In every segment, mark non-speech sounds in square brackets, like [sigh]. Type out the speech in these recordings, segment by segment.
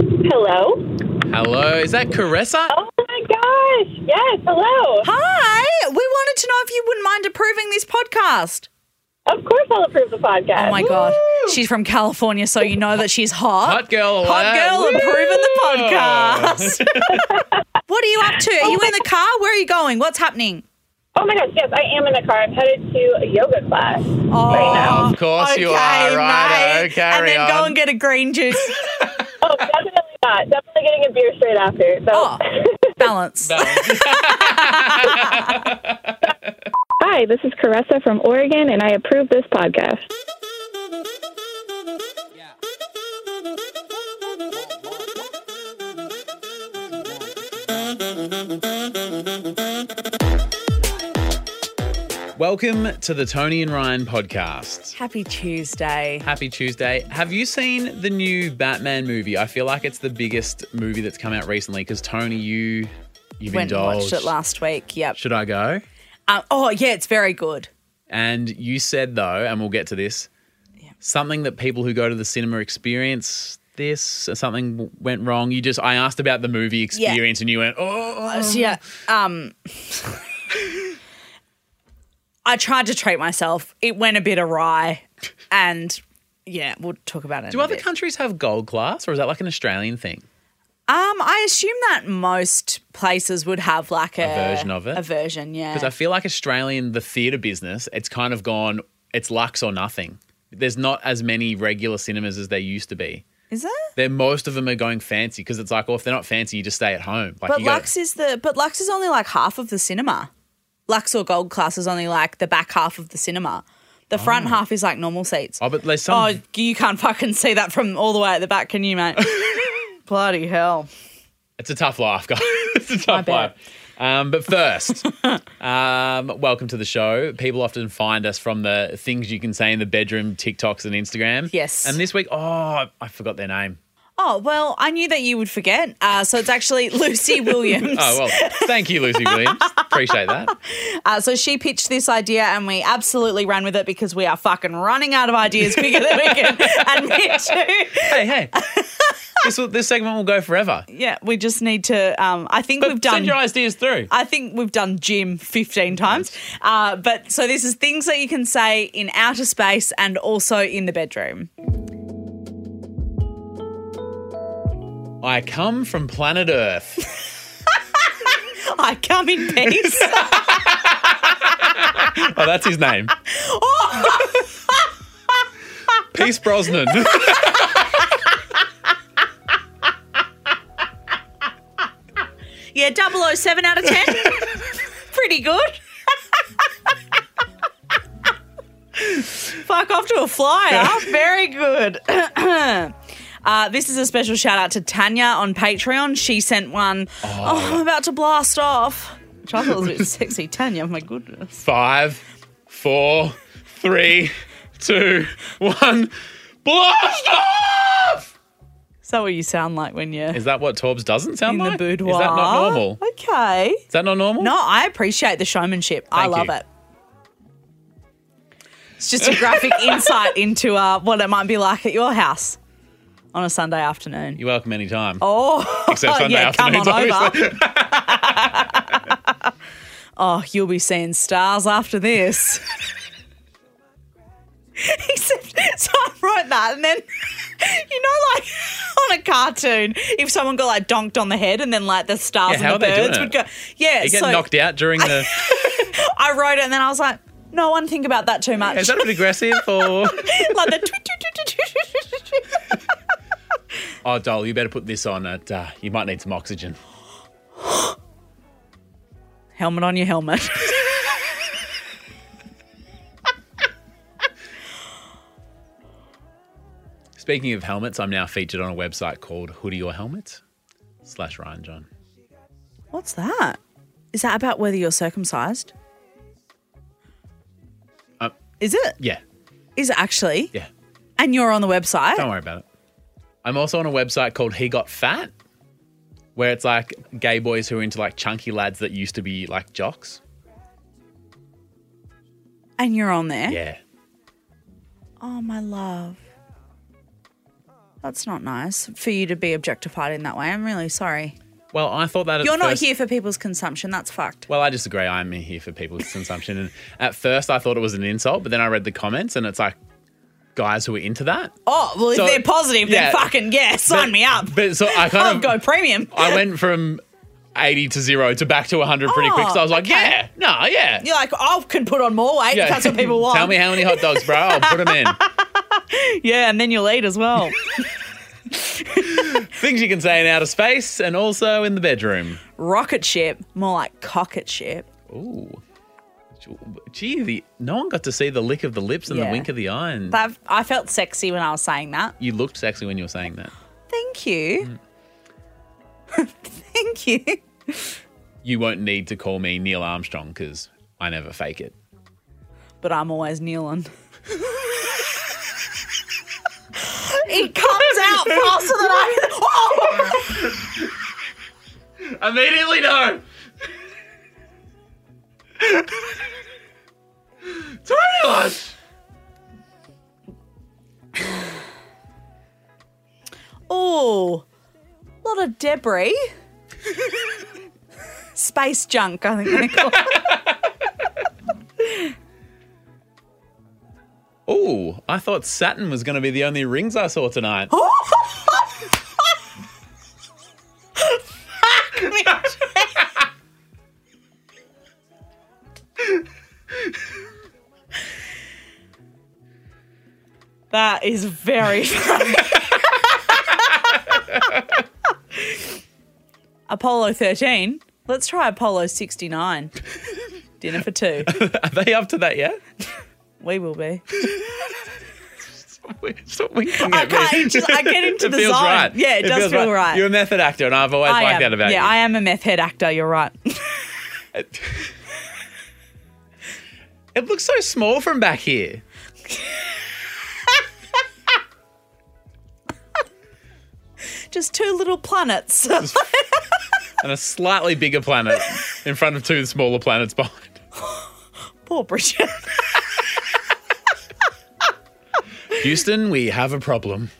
Hello. Hello, is that Caressa? Oh my gosh. Yes. Hello. Hi, we wanted to know if you wouldn't mind approving this podcast. Of course, I'll approve the podcast. Oh my god, she's from California, so you know that she's hot. Hot girl hot alert. girl Woo! approving [laughs] the podcast. what are you up to? Are you in the car? Where are you going? What's happening? Oh my gosh. Yes, I am in the car. I'm headed to a yoga class. Oh, now. Of course you are, righto, mate. carry and then go on. and get a green juice. [laughs] [laughs] Oh, definitely not. Definitely getting a beer straight after. So. [laughs] Oh, balance. Hi, this is Caressa from Oregon, and I approve this podcast. Welcome to the Tony and Ryan podcast. Happy Tuesday. Happy Tuesday. Have you seen the new Batman movie? I feel like it's the biggest movie that's come out recently because Tony, you you've Went and indulged. watched it last week. Yep. Should I go? Um, oh yeah, it's very good. And you said though, and we'll get to this, something that people who go to the cinema experience this or something w- went wrong. You just I asked about the movie experience and you went, "Oh, So, yeah. Um, I tried to treat myself. It went a bit awry, and yeah, we'll talk about it. do in a other bit. countries have gold class or is that like an Australian thing?" Um, I assume that most places would have like a, version of it? A version, yeah. Because I feel like Australian, the theatre business, it's kind of gone, it's lux or nothing. There's not as many regular cinemas as there used to be. is there? They're, most of them are going fancy because it's like, oh, if they're not fancy, you just stay at home. Like, But you go- Lux is the but Lux is only like half of the cinema. Lux or Gold class is only like the back half of the cinema. The front half is like normal seats. oh, but there's Oh, some. you can't fucking see that from all the way at the back, can you, [laughs] mate? Bloody hell. It's a tough life, [laughs] guys. it's a tough life. bet. Um, but first, [laughs] um, welcome to the show. People often find us from the things you can say in the bedroom, TikToks, and Instagram. Yes. And this week, oh, I forgot their name. Oh, well, I knew that you would forget. Uh, so it's actually [laughs] Lucy Williams. [laughs] Oh, well, thank you, Lucy Williams. Appreciate that. Uh, so she pitched this idea and we absolutely ran with it because we are fucking running out of ideas quicker than we [laughs] can admit to. hey, hey. this will, this segment will go forever. Yeah, we just need to. Um, I think we've done. Send your ideas through. I think we've done gym 15 times. Uh, but so this is things that you can say in outer space and also in the bedroom. I come from planet Earth. I come in [laughs] peace. Oh, that's his name. Oh, Peace Brosnan. [laughs] yeah, 007 out of [laughs] 10. Pretty good. Fuck off to a [laughs] flyer. Very good. [clears throat] Uh, this is a special shout out to Tanya on Patreon. She sent one. Oh, I'm about to blast off. Which I thought was a bit sexy. Tanya, my goodness. Five, four, three, two, one. Blast off! Is that what you sound like when you're Is that what Torbs doesn't sound in like? the boudoir? Is that not normal? Okay. Is that not normal? No, I appreciate the showmanship. I Thank love you. it. It's just a [laughs] graphic insight into uh, what it might be like at your house on a Sunday afternoon. You're welcome anytime. Oh, [laughs] Except Sunday yeah, come afternoons, on over. [laughs] oh, you'll be seeing stars after this. [laughs] Except, so I wrote that, and then [laughs] you know, like [laughs] on a cartoon, if someone got like donked on the head, and then like the stars Yeah, how and the are they doing birds it? would go, yeah. You get so knocked out during [laughs] the. I wrote it, and then I was like, no one think about that too much. Is that a bit aggressive or? [laughs] like the tweet, tweet, tweet, tweet, tweet, tweet, tweet. Oh, doll, you better put this on. At, uh, you might need some oxygen. helmet on your helmet. [laughs] Speaking of helmets, I'm now featured on a website called Hoodie or Helmet slash Ryan John. What's that? Is that about whether you're circumcised? Uh, is it? Yeah, Is it actually? yeah. And you're on the website? Don't worry about it. I'm also on a website called He Got Fat, where it's like gay boys who are into like chunky lads that used to be like jocks. Eh? And you're on there? Yeah. Oh, my love. That's not nice for you to be objectified in that way. I'm really sorry. Well, I thought that at You're not first- here for people's consumption. That's fucked. Well, I disagree. I'm here for people's consumption. And at first, I thought it was an insult, but then I read the comments, and it's like guys who are into that. Oh, well, if So- they're positive, yeah. then fucking yeah, sign But- me up. But so I kind [laughs] I'll of go premium. I went from eighty to zero to back to hundred pretty quick. So I was like, Oh, okay. yeah, no, yeah. You're like, I can put on more weight. yeah. if That's what people want. [laughs] Tell me how many hot dogs, bro. I'll put [laughs] them in. Yeah, and then you'll eat as well. Things you can say in outer space and also in the bedroom. [laughs] Rocket ship, more like cocket ship. Ooh. Gee, the, no one got to see the lick of the lips and Yeah. the wink of the eye. And That I felt sexy when I was saying that. you looked sexy when you were saying that. Thank you. Mm. [laughs] Thank you. You won't need to call me Neil Armstrong because I never fake it. But I'm always kneeling. it comes out faster than I. Oh! Immediately, no. [laughs] Tiny lunch. Oh, a lot of [laughs] debris. Space junk, I think they call it. Ooh, I thought Saturn was going to be the only rings I saw tonight. That is very [laughs] funny. Apollo 13. Let's try Apollo 69. Dinner for two. Are they up to that yet? [laughs] We will be. Stop winking I at me. can't, it just- I get [laughs] into It the feels zone. right. Yeah, it does feels feel right. You're a method actor, and I've always I liked am. that about yeah, I you. am a meth head actor. You're right. [laughs] it looks so small from back here. Just two little planets. And a slightly bigger [laughs] planet in front of two smaller planets behind. Poor Bridget. Houston, we have a problem.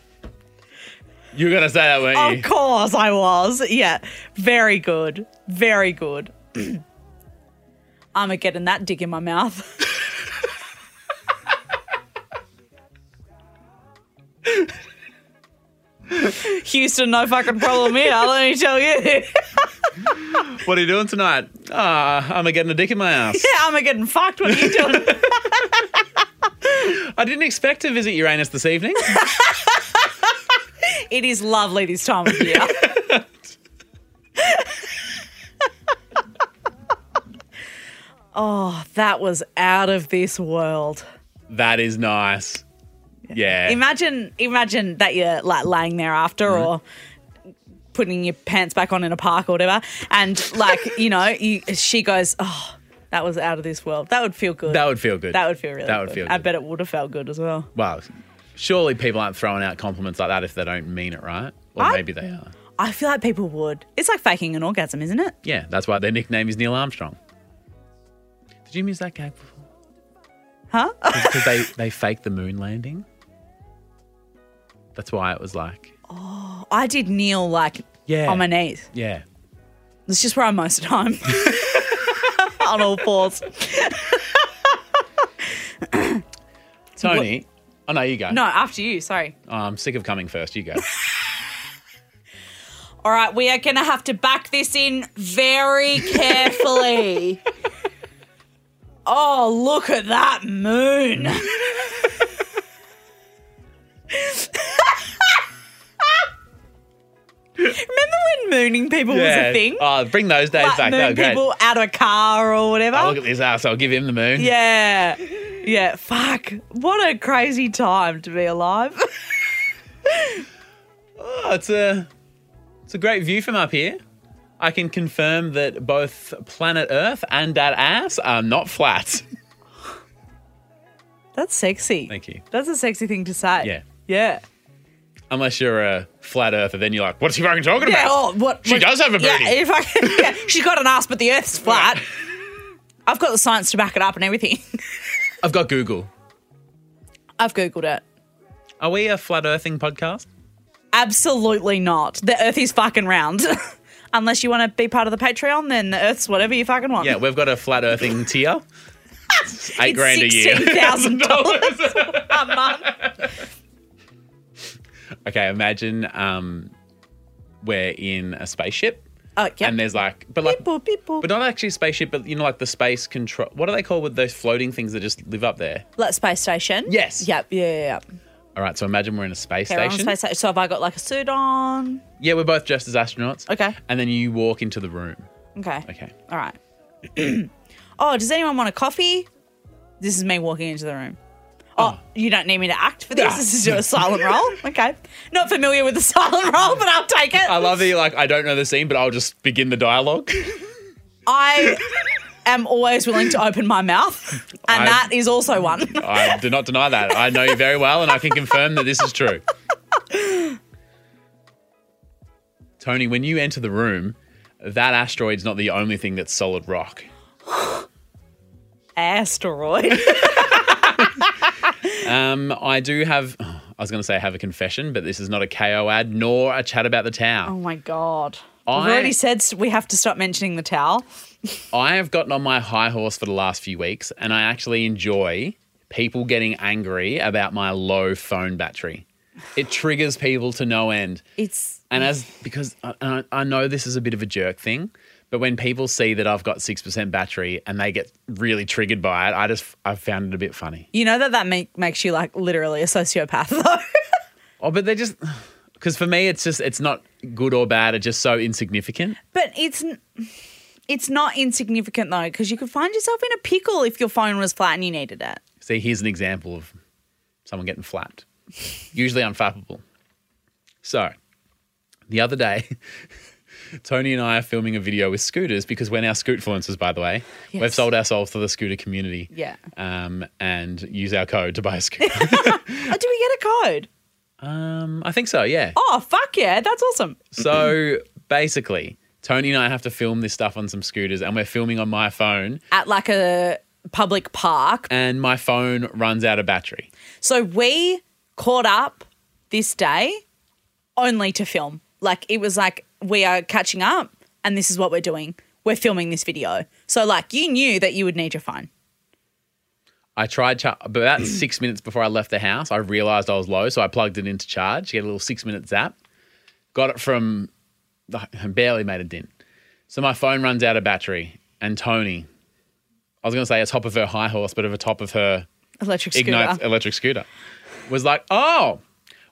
You were going to say that, weren't you? of course I was. Yeah. Very good. Very good. [clears throat] I'm a getting that dick in my mouth. [laughs] Houston, no fucking problem here. Let me tell you. [laughs] yeah, What are you doing tonight? Ah, I'm getting a dick in my ass. [laughs] I'm a getting fucked. What are you doing? I didn't expect to visit Uranus this [laughs] evening. it is lovely this time of year. [laughs] oh, that was out of this world. that is nice. Yeah. Imagine, imagine that you're like laying there after, or putting your pants back on in a park or whatever, and [laughs] like you know, you, she goes, "Oh, that was out of this world." That would feel good. that would feel good. That would feel really. That would good. feel I good. bet it would have felt good as well. Well, surely people aren't throwing out compliments like that if they don't mean it, right? Or I- maybe they are. I feel like people would. It's like faking an orgasm, isn't it? Yeah, that's why their nickname is Neil Armstrong. Did you miss that gag before? Huh? Because they, [laughs] they faked the moon landing. That's why it was like, I did kneel like yeah. on my knees. Yeah. It's just where I'm most [laughs] of the [laughs] time. on all fours. Tony. Oh, no, you go. No, after you. Sorry. Oh, I'm sick of coming first. You [laughs] go. All right, we are going to have to back this in [laughs] very carefully. oh, look at [laughs] that moon. Remember when mooning people was a thing? Oh, bring those days Like back. They were moon great. people out of a car or whatever. Oh, look at this ass. I'll give him the moon. Yeah. Yeah. Fuck. What a crazy time to be alive. [laughs] Oh, it's a it's a great view from up here. I can confirm that both planet Earth and that ass are not [laughs] flat. That's sexy. Thank you. That's a sexy thing to say. Yeah. Yeah. Unless you're a flat earther, then you're like, what's she fucking talking Yeah. about? Oh, what? She what- does have a Yeah, booty. if I, yeah. She's got an ass, but the Earth's flat. I've got the science to back it up and everything. [laughs] [laughs] I've got Google. I've Googled it. Are we a flat earthing podcast? Absolutely not. The Earth is fucking round. [laughs] Unless you want to be part of the Patreon, then the Earth's whatever you fucking want. Yeah, we've got a flat [laughs] earthing tier. It's Eight It's grand a year. [laughs] $16,000 a month. okay, imagine um, we're in a spaceship Oh, yeah. and there's like, but like, Beep boop, beep boop. but not actually a spaceship, but you know, like the space control. What are they called with those floating things that just live up there? Like space station. Yes. Yep. Yeah. Yeah. yeah. All right, so imagine we're in a space Okay, we're on station. space station. So have I got like a suit on? Yeah, we're both dressed as astronauts. Okay. And then you walk into the room. Okay. Okay. All right. [clears throat] oh, does anyone want a coffee? This is me walking into the room. Oh, you don't need me to act for this. Nah. This is your [laughs] silent roll. Okay. Not familiar with the [laughs] silent roll, but I'll take it. I love that you're like, I don't know the scene, but I'll just begin the dialogue. I am always willing to open my mouth, and I- that is also [laughs] one. I do not deny that. I know you very well, and I can confirm that this is true. Tony, when you enter the room, that asteroid's not the only thing that's solid rock. [laughs] Asteroid. Um, I do have, [sighs] I was going to say I have a confession, but this is not a KO ad nor a chat about the Oh tower. my god. I've I- already said s- we have to stop mentioning the towel. I have gotten on my high horse for the last few weeks, and I actually enjoy people getting angry about my low phone battery. It triggers people to no end. It's And as because I- I, I know this is a bit of a jerk thing, but when people see that I've got six percent battery and they get really triggered by it, I just I've found it a bit funny. you know that that make, makes you like literally a sociopath [laughs] though. Oh, but they just [sighs] because for me it's just it's not good or bad. It's just so insignificant. But it's n- it's not insignificant though, because you could find yourself in a pickle if your phone was flat and you needed it. See, here's an example of someone getting flapped. Usually unflappable. So, the other day, [laughs] Tony and I are filming a video with scooters because we're now scootfluencers, by the way. We've Yes. sold ourselves to the scooter community. Yeah. Um, and use our code to buy a scooter. [laughs] Oh, do we get a code? um, I think so, yeah. Oh fuck yeah, that's awesome. So basically, Tony and I have to film this stuff on some scooters, and we're filming on my phone, At like a public park. and my phone runs out of battery. So we caught up this day only to film. Like it was like we are catching up and this is what we're doing. We're filming this video. So like you knew that you would need your phone. I tried char- but about [clears throat] six minutes before I left the house. I realized I was low, so I plugged it into charge. Get a little six minute zap. Got it from I barely made a dent. So my phone runs out of battery, and Tony, I was going to say a top of her high horse, but of a top of her Electric scooter. ignites electric scooter, was like, oh.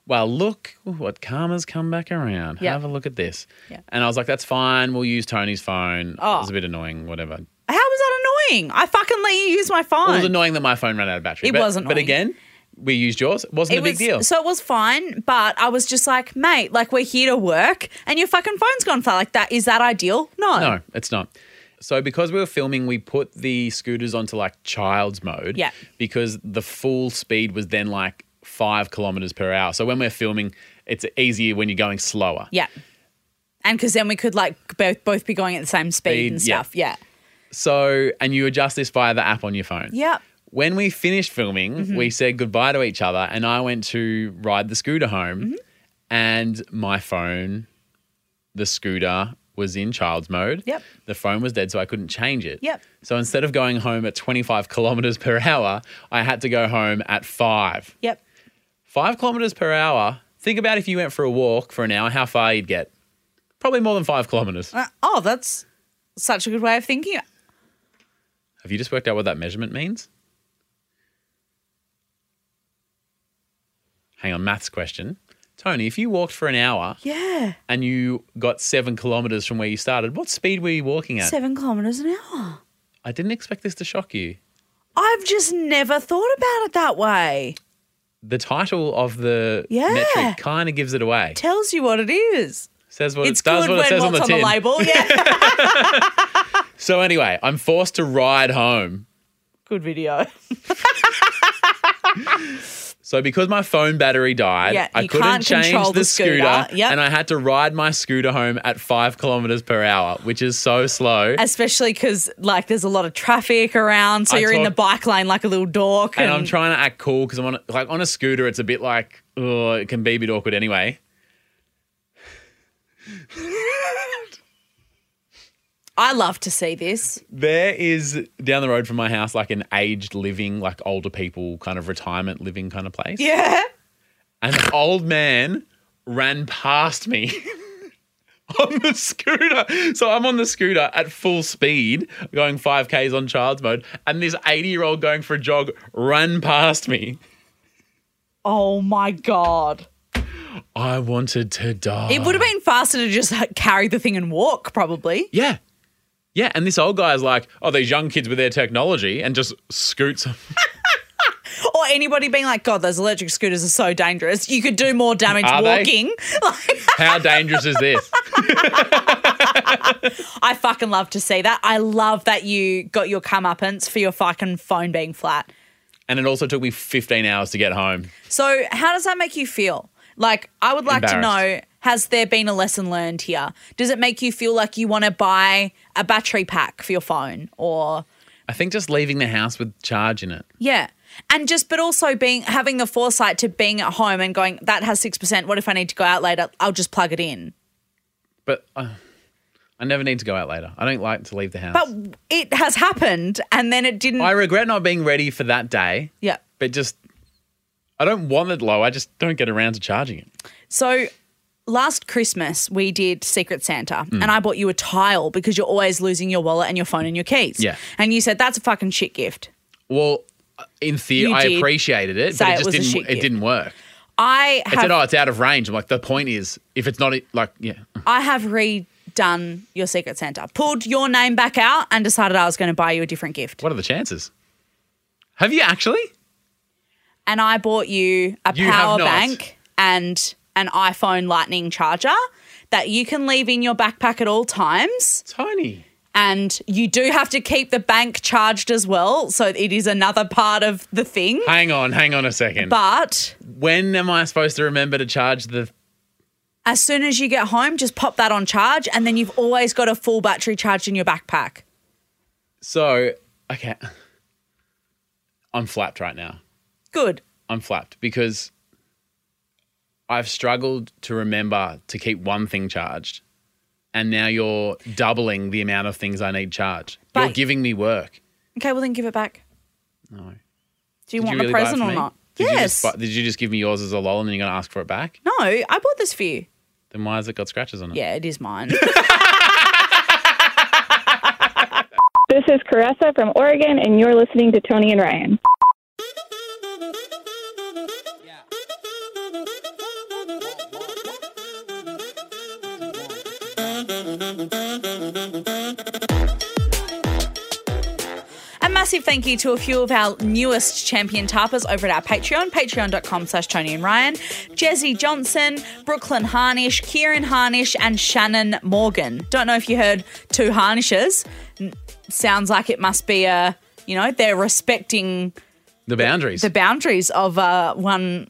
Well, look what karma's come back around. Yeah. Have a look at this. Yeah. And I was like, that's fine. We'll use Tony's phone. Oh. It was a bit annoying, whatever. How was that annoying? I fucking let you use my phone. It was annoying that my phone ran out of battery. It but, was But annoying. again, we used yours. It wasn't It a big was, deal. So it was fine, but I was just like, mate, like we're here to work, and your fucking phone's gone flat. Like that is that ideal? No. no, it's not. So because we were filming, we put the scooters onto like child's mode. Yeah. Because the full speed was then like five kilometers per hour. So when we're filming, it's easier when you're going slower. Yeah. And because then we could like both both be going at the same speed, Speed, and yeah. stuff. Yeah. So and you adjust this via the app on your phone. Yeah. When we finished filming, Mm-hmm. we said goodbye to each other, and I went to ride the scooter home, Mm-hmm. and my phone, the scooter was in child's mode. Yep. The phone was dead, so I couldn't change it. Yep. So instead of going home at 25 kilometers per hour, I had to go home at five. Yep. Five kilometers per hour. Think about if you went for a walk for an hour, how far you'd get. Probably more than five kilometers. Uh, oh, that's such a good way of thinking. Have you just worked out what that measurement means? Hang on, maths question. Tony, if you walked for an hour Yeah. and you got seven kilometers from where you started, what speed were you walking at? Seven kilometers an hour. I didn't expect this to shock you. I've just never thought about it that way. The title of the Yeah. metric kind of gives it away. Tells you what it is. Says what it's it does, good what when it says what's on the tin. label. [laughs] Yeah. So anyway, I'm forced to ride home. good video. So because my phone battery died, Yeah, I you couldn't can't change control the, the scooter, scooter. Yep. and I had to ride my scooter home at five kilometers per hour, which is so slow. especially because like there's a lot of traffic around, so I you're in the talk- bike lane like a little dork. and I'm trying to act cool because I'm on a, like on a scooter. It's a bit like oh, it can be a bit awkward anyway. I love to see this. There is down the road from my house, like an aged living, like older people kind of retirement living kind of place. Yeah. An old man ran past me [laughs] on the scooter. So I'm on the scooter at full speed, going 5Ks on child's mode, and this 80 year old going for a jog ran past me. Oh my god. I wanted to die. It would have been faster to just like, carry the thing and walk, probably. Yeah. Yeah. And this old guy's like, oh, these young kids with their technology and just scoots. Or anybody being like, God, those electric scooters are so dangerous. You could do more damage Are they? walking. [laughs] Like, [laughs] How dangerous is this? I fucking love to see that. I love that you got your comeuppance for your fucking phone being flat. And it also took me 15 hours to get home. So, how does that make you feel? Like, I would like to know Embarrassed. has there been a lesson learned here? Does it make you feel like you want to buy a battery pack for your phone or, I think just leaving the house with charge in it. yeah. And just, but also being, having the foresight to being at home and going, that has 6%. What if I need to go out later? I'll just plug it in. But uh, I never need to go out later. I don't like to leave the house. But it has happened and then it didn't. I regret not being ready for that day, yeah. but just, I don't want it low. I just don't get around to charging it. So last Christmas we did Secret Santa Mm. and I bought you a tile because you're always losing your wallet and your phone and your keys. Yeah. And you said that's a fucking shit gift. Well, in theory, You I did appreciated it, say but it it just was a didn't. shit It gift. didn't work. I It said, have "Oh, it's out of range." I'm like, the point is, if it's not like, yeah, I have redone your Secret Santa. Pulled your name back out and decided I was going to buy you a different gift. what are the chances? Have you actually? And I bought you a You have power not. bank and an iPhone lightning charger that you can leave in your backpack at all times. Tony. and you do have to keep the bank charged as well. So it is another part of the thing. Hang on, hang on a second. But when am I supposed to remember to charge the? as soon as you get home, just pop that on charge, and then you've always got a full battery charged in your backpack. So okay, I'm flapped right now. Good. I'm flapped because I've struggled to remember to keep one thing charged. And now you're doubling the amount of things I need charged. You're But- giving me work. Okay, well, then give it back. No. Do you Did want really the buy it present for or me? not? Did You yes. just, buy- did you just give me yours as a lol and then you're going to ask for it back? no, I bought this for you. Then why has it got scratches on it? Yeah, it [laughs] is mine. This is Caressa from Oregon, and you're listening to Tony and Ryan. A massive thank you to a few of our newest champion tarpers over at our Patreon, patreon.com slash Tony and Ryan, Jezzy Johnson, Brooklyn Harnish, Kieran Harnish, and Shannon Morgan. Don't know if you heard two harnishes. N- Sounds like it must be a, you know, they're respecting The boundaries. the boundaries of uh, one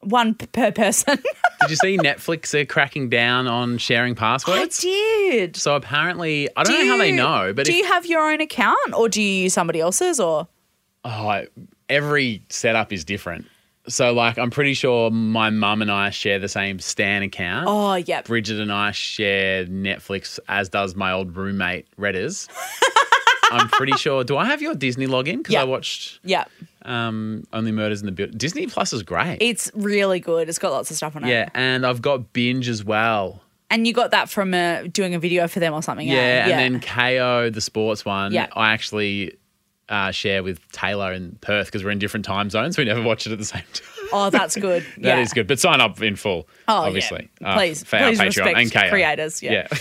one p- per person. [laughs] did you see Netflix are cracking down on sharing I passwords? did. So apparently, I don't know how they know, but do if, you have your own account or do you use somebody else's or? Oh, I- every setup is different. So, like, I'm pretty sure my mum and I share the same Stan account. Oh, yep. Bridget and I share Netflix, as does my old roommate, [laughs] Redders. I'm pretty sure. Do I have your Disney login? Because Yeah. I watched Yep. um, Only Murders in the Building. Disney Plus is great. It's really good. It's got lots of stuff on it. yeah, and I've got Binge as well. And you got that from uh, doing a video for them or something. Yeah, eh? and then KO, the sports one, Yeah. I actually uh, share with Taylor in Perth because we're in different time zones. We never watch it at the same time. oh, that's good. [laughs] That is yeah. good. But sign up in full, Oh, yeah. obviously. uh, Please- for our please respect Patreon and KO. creators, yeah. [laughs]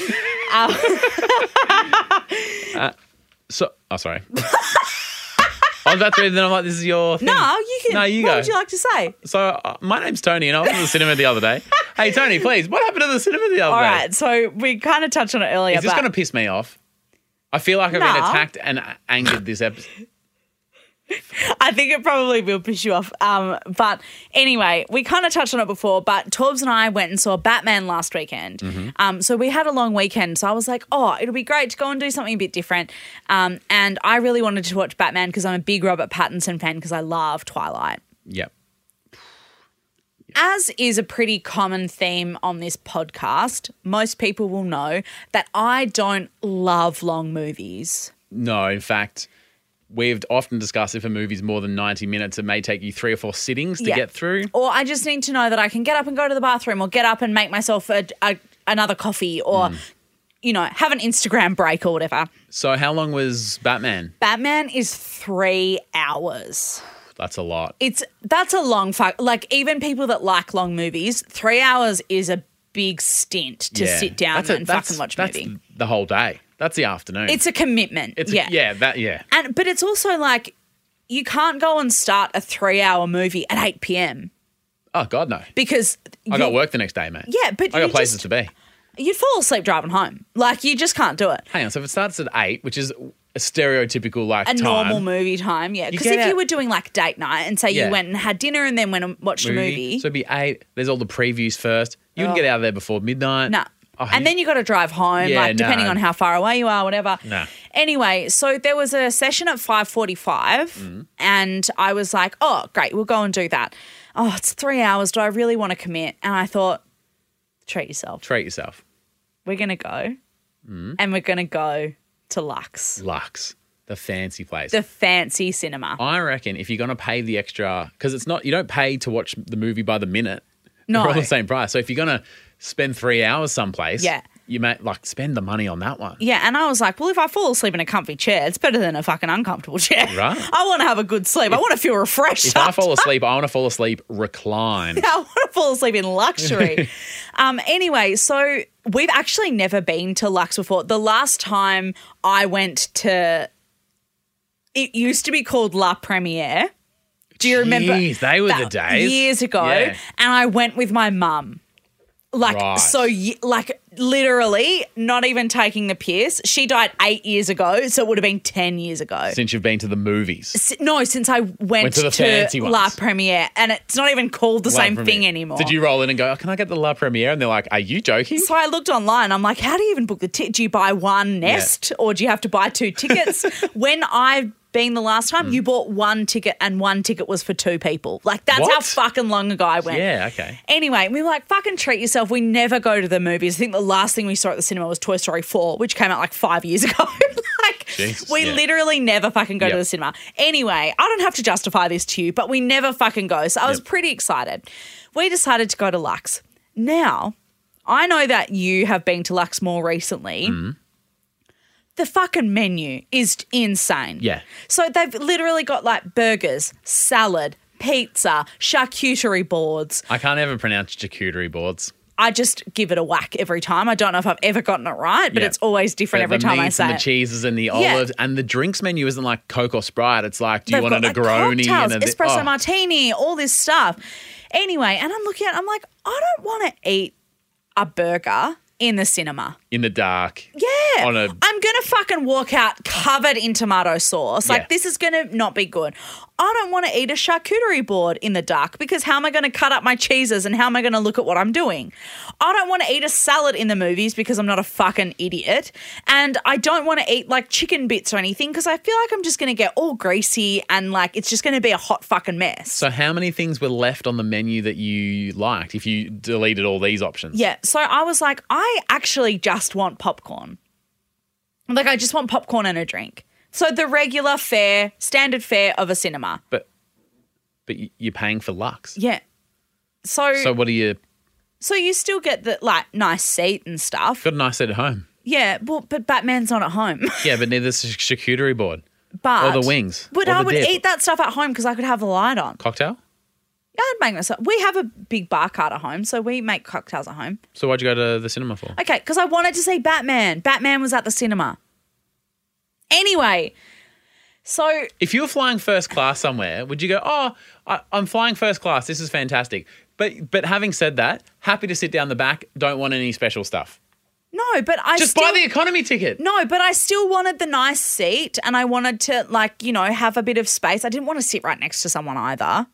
Um, [laughs] Uh, so, oh, sorry. [laughs] I was about to read, then I'm like, this is your thing. No, you can. No, you what go. would you like to say? So, uh, my name's Tony, and I was at the cinema the other [laughs] day. Hey, Tony, please, what happened to the cinema the other All day? right. So we kind of touched on it earlier. Is this but going to piss me off? I feel like I've been No. attacked and a- angered this episode. I think it probably will piss you off. Um, but anyway, we kind of touched on it before, but Torbs and I went and saw Batman last weekend. Um, so we had a long weekend. So I was like, oh, it'll be great to go and do something a bit different. Um, and I really wanted to watch Batman because I'm a big Robert Pattinson fan because I love Twilight. Yep. as is a pretty common theme on this podcast, most people will know that I don't love long movies. No, in fact, we've often discussed if a movie's more than 90 minutes, it may take you three or four sittings to Yeah. get through. Or I just need to know that I can get up and go to the bathroom or get up and make myself a, a, another coffee or, Mm. you know, have an Instagram break or whatever. So, how long was Batman? Batman is three hours. That's a lot. it's that's a long fuck. Like even people that like long movies, three hours is a big stint to Yeah. sit down That's a- and that's- fucking watch a that's movie. The whole day. That's the afternoon. it's a commitment. It's a- yeah, yeah, that yeah. And but it's also like you can't go and start a three-hour movie at eight p.m. Oh God, no. because I you- got work the next day, mate. Yeah, but I got you places just- to be. you'd fall asleep driving home. Like you just can't do it. Hang on. So if it starts at eight, which is a stereotypical like A time, normal movie time, yeah. Because get if you out- were doing like date night and say Yeah. you went and had dinner and then went and watched a movie, So it'd be eight. There's all the previews first. You wouldn't Oh. get out of there before midnight. No. Oh, and then you got to drive home, Yeah, like depending no. on how far away you are, whatever. No. Anyway, so there was a session at five forty-five, Mm. and I was like, "Oh, great, we'll go and do that." Oh, it's three hours. Do I really want to commit? And I thought, treat yourself. treat yourself. We're gonna go, Mm. and we're gonna go to Lux, Lux, the fancy place. the fancy cinema. I reckon if you're going to pay the extra, because it's not, you don't pay to watch the movie by the minute. No. They're all the same price. So if you're going to spend three hours someplace, Yeah. you may like spend the money on that [laughs] one. Yeah, and I was like, well, if I fall asleep in a comfy chair, it's better than a fucking uncomfortable [laughs] chair. Right. I want to have a good sleep. I want to feel refreshed. If I fall asleep, I want to fall asleep reclined. I want to fall asleep in [laughs] luxury. um, anyway, so we've actually never been to Lux before. The last time I went to, it used to be called La Premiere. Do you remember? Jeez, they were the that- days. years ago, Yeah. and I went with my mum. Like Right. so, y- like literally, not even taking the piss. She died eight years ago, so it would have been ten years ago. Since you've been to the movies. S- no, since I went, to the fancy ones. La Premiere, and it's not even called the La same thing Premiere. anymore. Did you roll in and go, oh, can I get the La Premiere? And they're like, are you joking? [laughs] So I looked online. I'm like, how do you even book the ticket? Do you buy one nest or do you have to buy [laughs] two tickets? when I've been the last time, Mm. you bought one ticket and one ticket was for two people. Like, that's how What? fucking long ago I went. Yeah, okay. Anyway, we were like, fucking treat yourself. We never go to the movies. I think the last thing we saw at the cinema was Toy Story 4, which came out like five years [laughs] ago. like, Jesus, we yeah. literally never fucking go to Yep. the cinema. Anyway, I don't have to justify this to you, but we never fucking go. So I was Yep. pretty excited. We decided to go to Lux. Now, I know that you have been to Lux more recently. Mm-hmm. The fucking menu is insane. Yeah. So they've literally got like burgers, salad, pizza, charcuterie boards. I can't ever pronounce charcuterie boards. I just give it a whack every time. I don't know if I've ever gotten it right, but Yeah. it's always different the every time I meats say and it. the cheeses and the olives and the drinks menu isn't like Coke or Sprite. It's like, do you They've want a got, like, Negroni cocktails, and a thi- espresso oh. martini, all this stuff. Anyway, and I'm looking at, I'm like, I don't want to eat a burger in the cinema. in the dark? Yeah. On i a- am I'm going to fucking walk out covered in tomato sauce. Like, Yeah. this is going to not be good. I don't want to eat a charcuterie board in the dark because how am I going to cut up my cheeses and how am I going to look at what I'm doing? I don't want to eat a salad in the movies because I'm not a fucking idiot. And I don't want to eat like chicken bits or anything because I feel like I'm just going to get all greasy and like it's just going to be a hot fucking mess. So, how many things were left on the menu that you liked if you deleted all these options? Yeah. So I was like, I actually just want popcorn. Like, I just want popcorn and a drink. So the regular fare, standard fare of a cinema. But but y- you're paying for Lux. Yeah. So, So, so, what are you you still get the like nice seat and stuff. got a nice set at home? Yeah, well, but Batman's not at home. [laughs] Yeah, but neither's a ch- charcuterie board. but Or the wings. But Or I the would dip. eat that stuff at home because I could have the light on. Cocktail? Yeah, I'd make myself. We have a big bar cart at home, so we make cocktails at home. So, why'd you go to the cinema for? Okay, because I wanted to see Batman. Batman was at the cinema. Anyway, so If you were flying first class somewhere, would you go, "Oh, I, I'm flying first class. This is fantastic." But but having said that, happy to sit down the back. Don't want any special stuff. No, but I Just still, buy the economy ticket. no, but I still wanted the nice seat, and I wanted to like you know have a bit of space. I didn't want to sit right next to someone either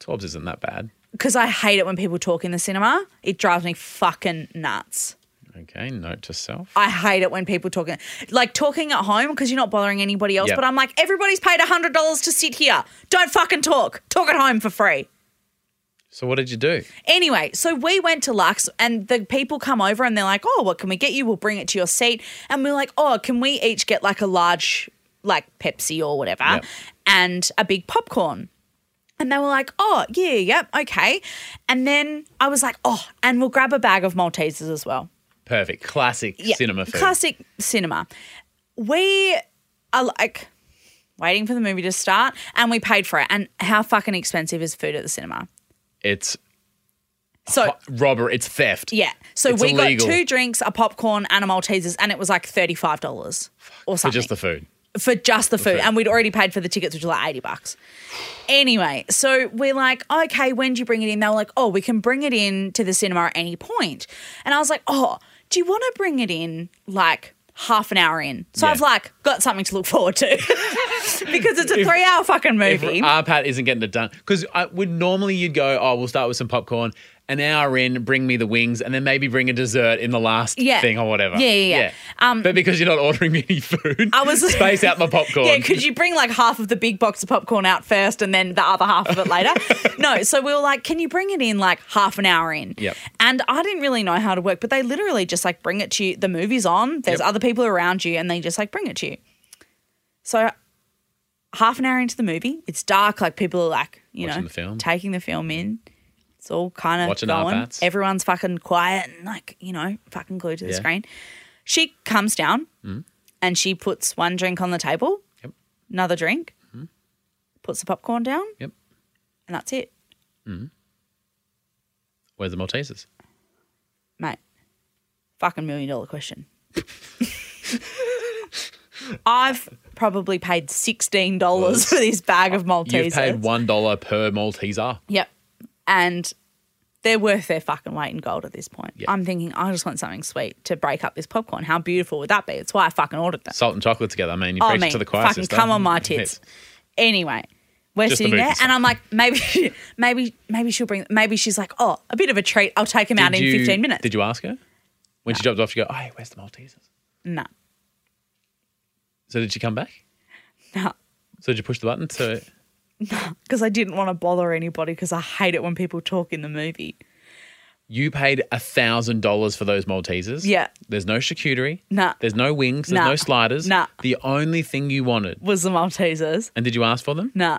Torbs isn't that bad. because I hate it when people talk in the cinema. It drives me fucking nuts. Okay, note to self. I hate it when people talking like talking at home because you're not bothering anybody else. Yep. But I'm like, everybody's paid hundred dollars to sit here. Don't fucking talk. Talk at home for free. So what did you do? Anyway, so we went to Lux and the people come over and they're like, oh, what can we get you? We'll bring it to your seat. And we're like, oh, can we each get like a large, like Pepsi or whatever Yep. and a big popcorn? And they were like, oh, yeah, yep, okay. And then I was like, oh, and we'll grab a bag of Maltesers as well. Perfect. Classic Yeah, cinema food. Classic cinema. We are like waiting for the movie to start and we paid for it. And how fucking expensive is food at the cinema? It's So robber. It's theft. Yeah. So It's we illegal. got two drinks, a popcorn, and a Maltesers, and it was like thirty-five dollars or For something just the food. for just the food. food. And we'd already paid for the tickets, which were like 80 bucks. Anyway, so we're like, okay, when do you bring it in? They were like, oh, we can bring it in to the cinema at any point. And I was like, oh, do you want to bring it in like half an hour in? So Yeah. I've like got something to look forward to [laughs] because it's a three hour fucking If movie. our Pat isn't getting it done, because I would normally you'd go, oh, we'll start with some popcorn. An hour in, bring me the wings, and then maybe bring a dessert in the last Yeah. thing or whatever. Yeah, yeah, yeah. Um, but because you're not ordering me any food, I was space out my popcorn. [laughs] Yeah, could you bring like half of the big box of popcorn out first and then the other half of it [laughs] later? no, so we were like, can you bring it in like half an hour in? Yep. And I didn't really know how to work, but they literally just like bring it to you. The movie's on, there's Yep. other people around you, and they just like bring it to you. So half an hour into the movie, it's dark, like people are like, you Watching know, the film. taking the film in. It's all kind of Watching going. iPads. Everyone's fucking quiet and like, you know, fucking glued to the Yeah. Mm. screen. She comes down and she puts one drink on the table, Yep. another drink, Mm-hmm. puts the popcorn down, Yep. and that's it, Where's the Maltesers? mate. Fucking million [laughs] dollar question. I've probably paid sixteen dollars for this bag of Maltesers. You've paid one dollar per Malteser. Yep. And they're worth their fucking weight in gold at this point. Yeah. I'm thinking, I just want something sweet to break up this popcorn. How beautiful would that be? It's why I fucking ordered them. Salt and chocolate together. I mean, you Oh, preach man, to the choir, fucking sister. [laughs] come on my tits. Anyway, we're Just the sitting there, movie and I'm like, maybe, [laughs] maybe, maybe she'll bring. Maybe she's like, oh, a bit of a treat. I'll take him out Did in you- 15 minutes. Did you ask her when she dropped off? You go, oh, hey, where's the Maltesers? No, So did she come back? no, So did you push the button? So because I didn't want to bother anybody because I hate it when people talk in the movie. you paid a thousand dollars for those Maltesers. Yeah. There's no charcuterie. Nah. There's no wings. There's Nah. no sliders. Nah. The only thing you wanted. Was the Maltesers? And did you ask for them? Nah.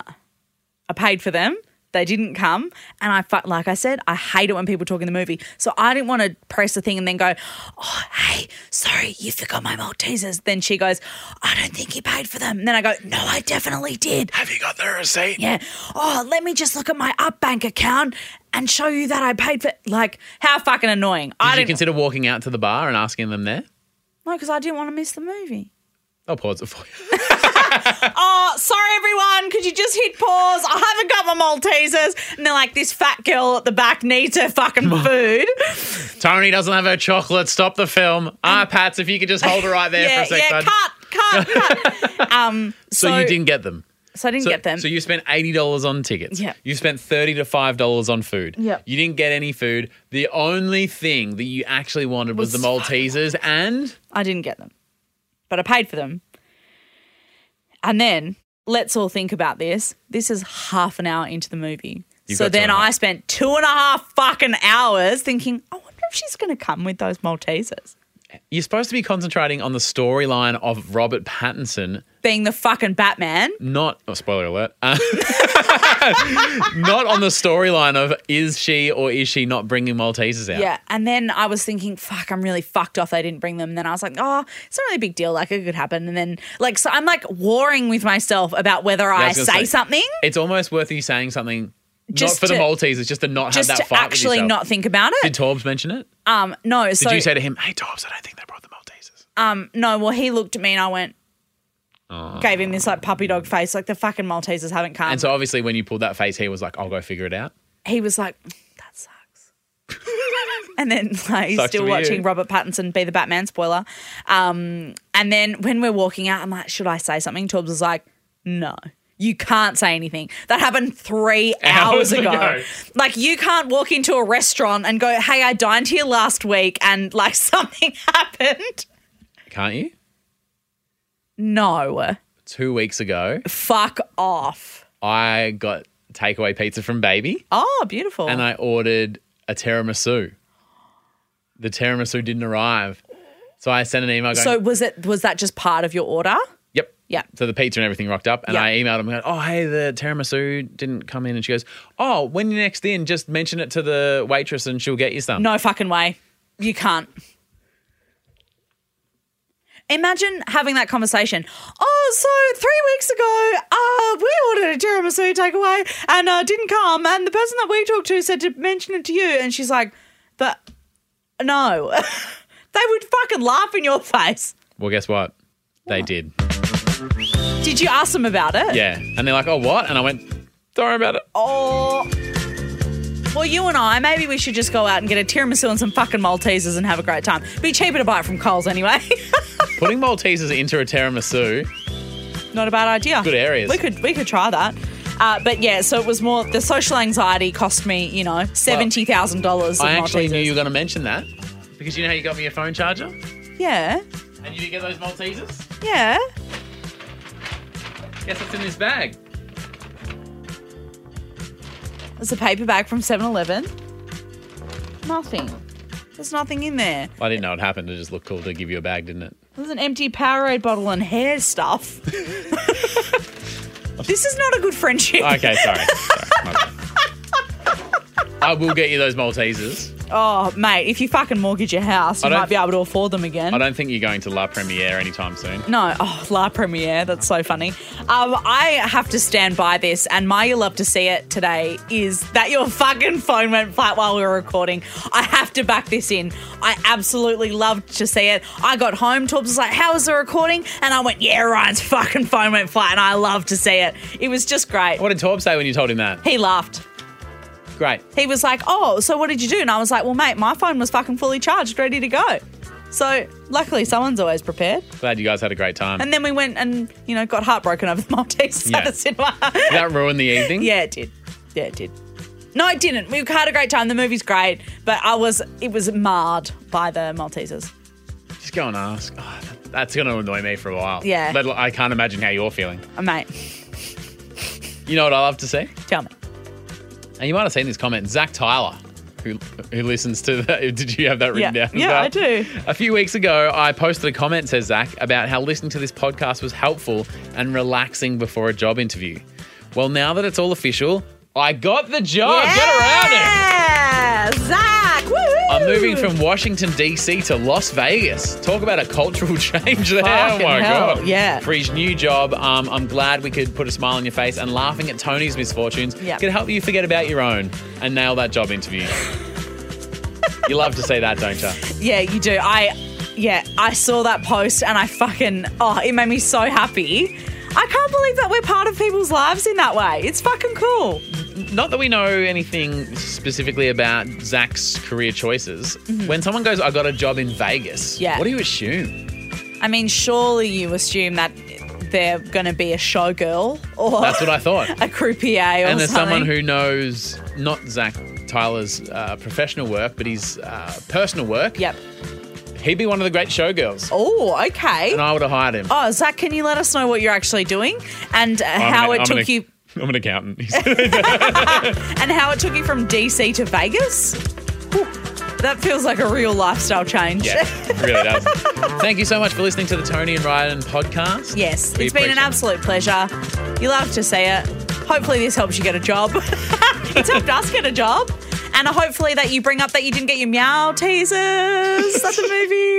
I paid for them. They didn't come. And I, fu- like I said, I hate it when people talk in the movie. So I didn't want to press the thing and then go, oh, hey, sorry, you forgot my Maltesers. Then she goes, I don't think you paid for them. And then I go, no, I definitely did. Have you got the receipt? Yeah. Oh, let me just look at my up bank account and show you that I paid for. Like, how fucking annoying. I Did you didn't. consider walking out to the bar and asking them there? no, because I didn't want to miss the movie. I'll pause it for you. [laughs] oh, sorry, everyone. Could you just hit pause? I haven't got my Maltesers. And they're like, this fat girl at the back needs her [laughs] fucking food. Tony doesn't have her chocolate. Stop the film. Ah, Pats, if you could just hold her right there Um, yeah, for a second. yeah, [laughs] cut, cut, cut. um, so, so, you didn't get them. So I didn't So, get them. so you spent eighty dollars on tickets. Yeah. You spent thirty to five dollars on food. Yeah. You didn't get any food. The only thing that you actually wanted was, Was the Maltesers and I didn't get them, but I paid for them. And then let's all think about this. This is half an hour into the movie. You've so got two then and a half. I spent two and a half fucking hours thinking, I wonder if she's going to come with those Maltesers. you're supposed to be concentrating on the storyline of Robert Pattinson, Being the fucking Batman. not oh, spoiler alert. [laughs] Uh, not on the storyline of is she or is she not bringing Maltesers out? Yeah. And then I was thinking, fuck, I'm really fucked off. They didn't bring them. And then I was like, oh, it's not really a big deal. Like, it could happen. And then, like, so I'm like warring with myself about whether I I was gonna say say, something, It's almost worth you saying something Just not for to- the Maltesers, just to not just have that to fight. with actually yourself. not think about Did it. Torbs mention it? Um, no. Did you say to him, "Hey Torbs, I don't think they brought the Maltesers"? Um, no, well, he looked at me and I went, Oh. gave him this like puppy dog face, like the fucking Maltesers haven't come. And so obviously when you pulled that face, he was like, I'll go figure it out. he was like, "Mm, that sucks. [laughs] and then like, he's Sucks to still be watching you. Robert Pattinson be the Batman spoiler. Um, and then when we're walking out, I'm like, should I say something? Torbs was like, no. You can't say anything. That happened three [laughs] Hours hours, ago. ago. Like you can't walk into a restaurant and go, "Hey, I dined here last week," and like [laughs] something happened. Can't you? No, Two weeks ago, fuck off. I got takeaway pizza from Baby, Oh, beautiful. and I ordered a tiramisu. The tiramisu didn't arrive, so I sent an email going, so was it was that just part of your order? "Yep, Yeah. So the pizza and everything rocked up, and Yeah. I emailed him going, "Oh, hey, the tiramisu didn't come in." And she goes, "Oh, when you're next in, just mention it to the waitress, and she'll get you some." No fucking way. You can't. Imagine having that conversation. Oh, so three weeks ago, uh, we ordered a tiramisu takeaway and uh, didn't come. And the person that we talked to said to mention it to you, and she's like, "But no, [laughs] they would fucking laugh in your face." Well, guess what? They did. Did you ask them about it? Yeah, and they're like, "Oh, what?" And I went, "Don't worry about it." Oh. Or well, you and I, maybe we should just go out and get a tiramisu and some fucking Maltesers and have a great time. Be cheaper to buy it from Coles anyway. [laughs] Putting Maltesers into a tiramisu. Not a bad idea. Good areas. We could we could try that. Uh, but yeah, so it was more the social anxiety cost me, you know, seventy thousand dollars. I actually knew you were going to mention that because you know how you got me a phone charger and Yeah, you didn't get those Maltesers. yeah. Guess what's in this bag? It's a paper bag from 7-Eleven. Nothing. There's nothing in there. Well, I didn't know it happened. It just looked cool to give you a bag, didn't it? There's an empty Powerade bottle and [laughs] hair stuff. this is not a good friendship. Okay, [laughs] sorry. sorry my bad. I will get you those Maltesers. Oh, mate, if you fucking mortgage your house, I you don't- might be able to afford them I again. don't think you're going to La Premiere anytime soon. No, oh, La Premiere, that's so funny. Um, I have to stand by this, and my you love to see it today is that your fucking phone went flat while we were recording. I have to back this in. I absolutely loved to see it. I got home, Torbs was like, "How was the recording?" And I went, "Yeah, Ryan's fucking phone went flat," and I love to see it. It was just great. What did Torb say when you told him that? He laughed. Great. he was like, "Oh, so what did you do?" And I was like, "Well, mate, my phone was fucking fully charged, ready to go." So luckily, someone's always prepared. Glad you guys had a great time. And then we went and you know got heartbroken over the Maltese Yeah. at the [laughs] cinema. Did that ruin the evening? yeah, it did. Yeah, it did. No, it didn't. We had a great time. The movie's great, but I was it was marred by the Maltesers. Just go and ask. Oh, that- that's going to annoy me for a while. Yeah. But I can't imagine how you're feeling. Uh, mate, You know what I love to see? tell me. And you might have seen this comment, Zach Tyler, who, who listens to that. [laughs] Did you have that written Yeah. down? as Yeah, well? I do. A few weeks ago, I posted a comment, says Zach, about how listening to this podcast was helpful and relaxing before a job interview. Well, now that it's all official, I got the job. Oh, Get around it. Yeah, Zach. Woo! I'm moving from Washington, D.C. to Las Vegas. Talk about a cultural [laughs] change there. Fucking oh, my hell, God. yeah. For his new job, um, I'm glad we could put a smile on your face and laughing at Tony's misfortunes Yeah. could help you forget about your own and nail that job interview. you love to see that, don't you? Yeah, you do. I, yeah, I saw that post and I fucking, oh, it made me so happy. I can't believe that we're part of people's lives in that way. It's fucking cool. Not that we know anything specifically about Zach's career choices. When someone goes, I got a job in Vegas, Mm-hmm. Yeah. what do you assume? I mean, surely you assume that they're going to be a showgirl or That's what I thought. [laughs] a croupier or something. and there's someone who knows not Zach Tyler's uh, professional work, but his uh, personal work. Yep. He'd be one of the great showgirls. Oh, okay. And I would have hired him. Oh, Zach, can you let us know what you're actually doing and uh, how it took you I'm an accountant. [laughs] and how it took you from DC to Vegas? Whew. That feels like a real lifestyle change. yeah, it really does. Thank you so much for listening to the Tony and Ryan podcast. Yes, We it's been appreciate it. an absolute pleasure. You love to see it. Hopefully, this helps you get a job. [laughs] it's helped us get a job. And hopefully, that you bring up that you didn't get your meow teasers. That's a movie. [laughs]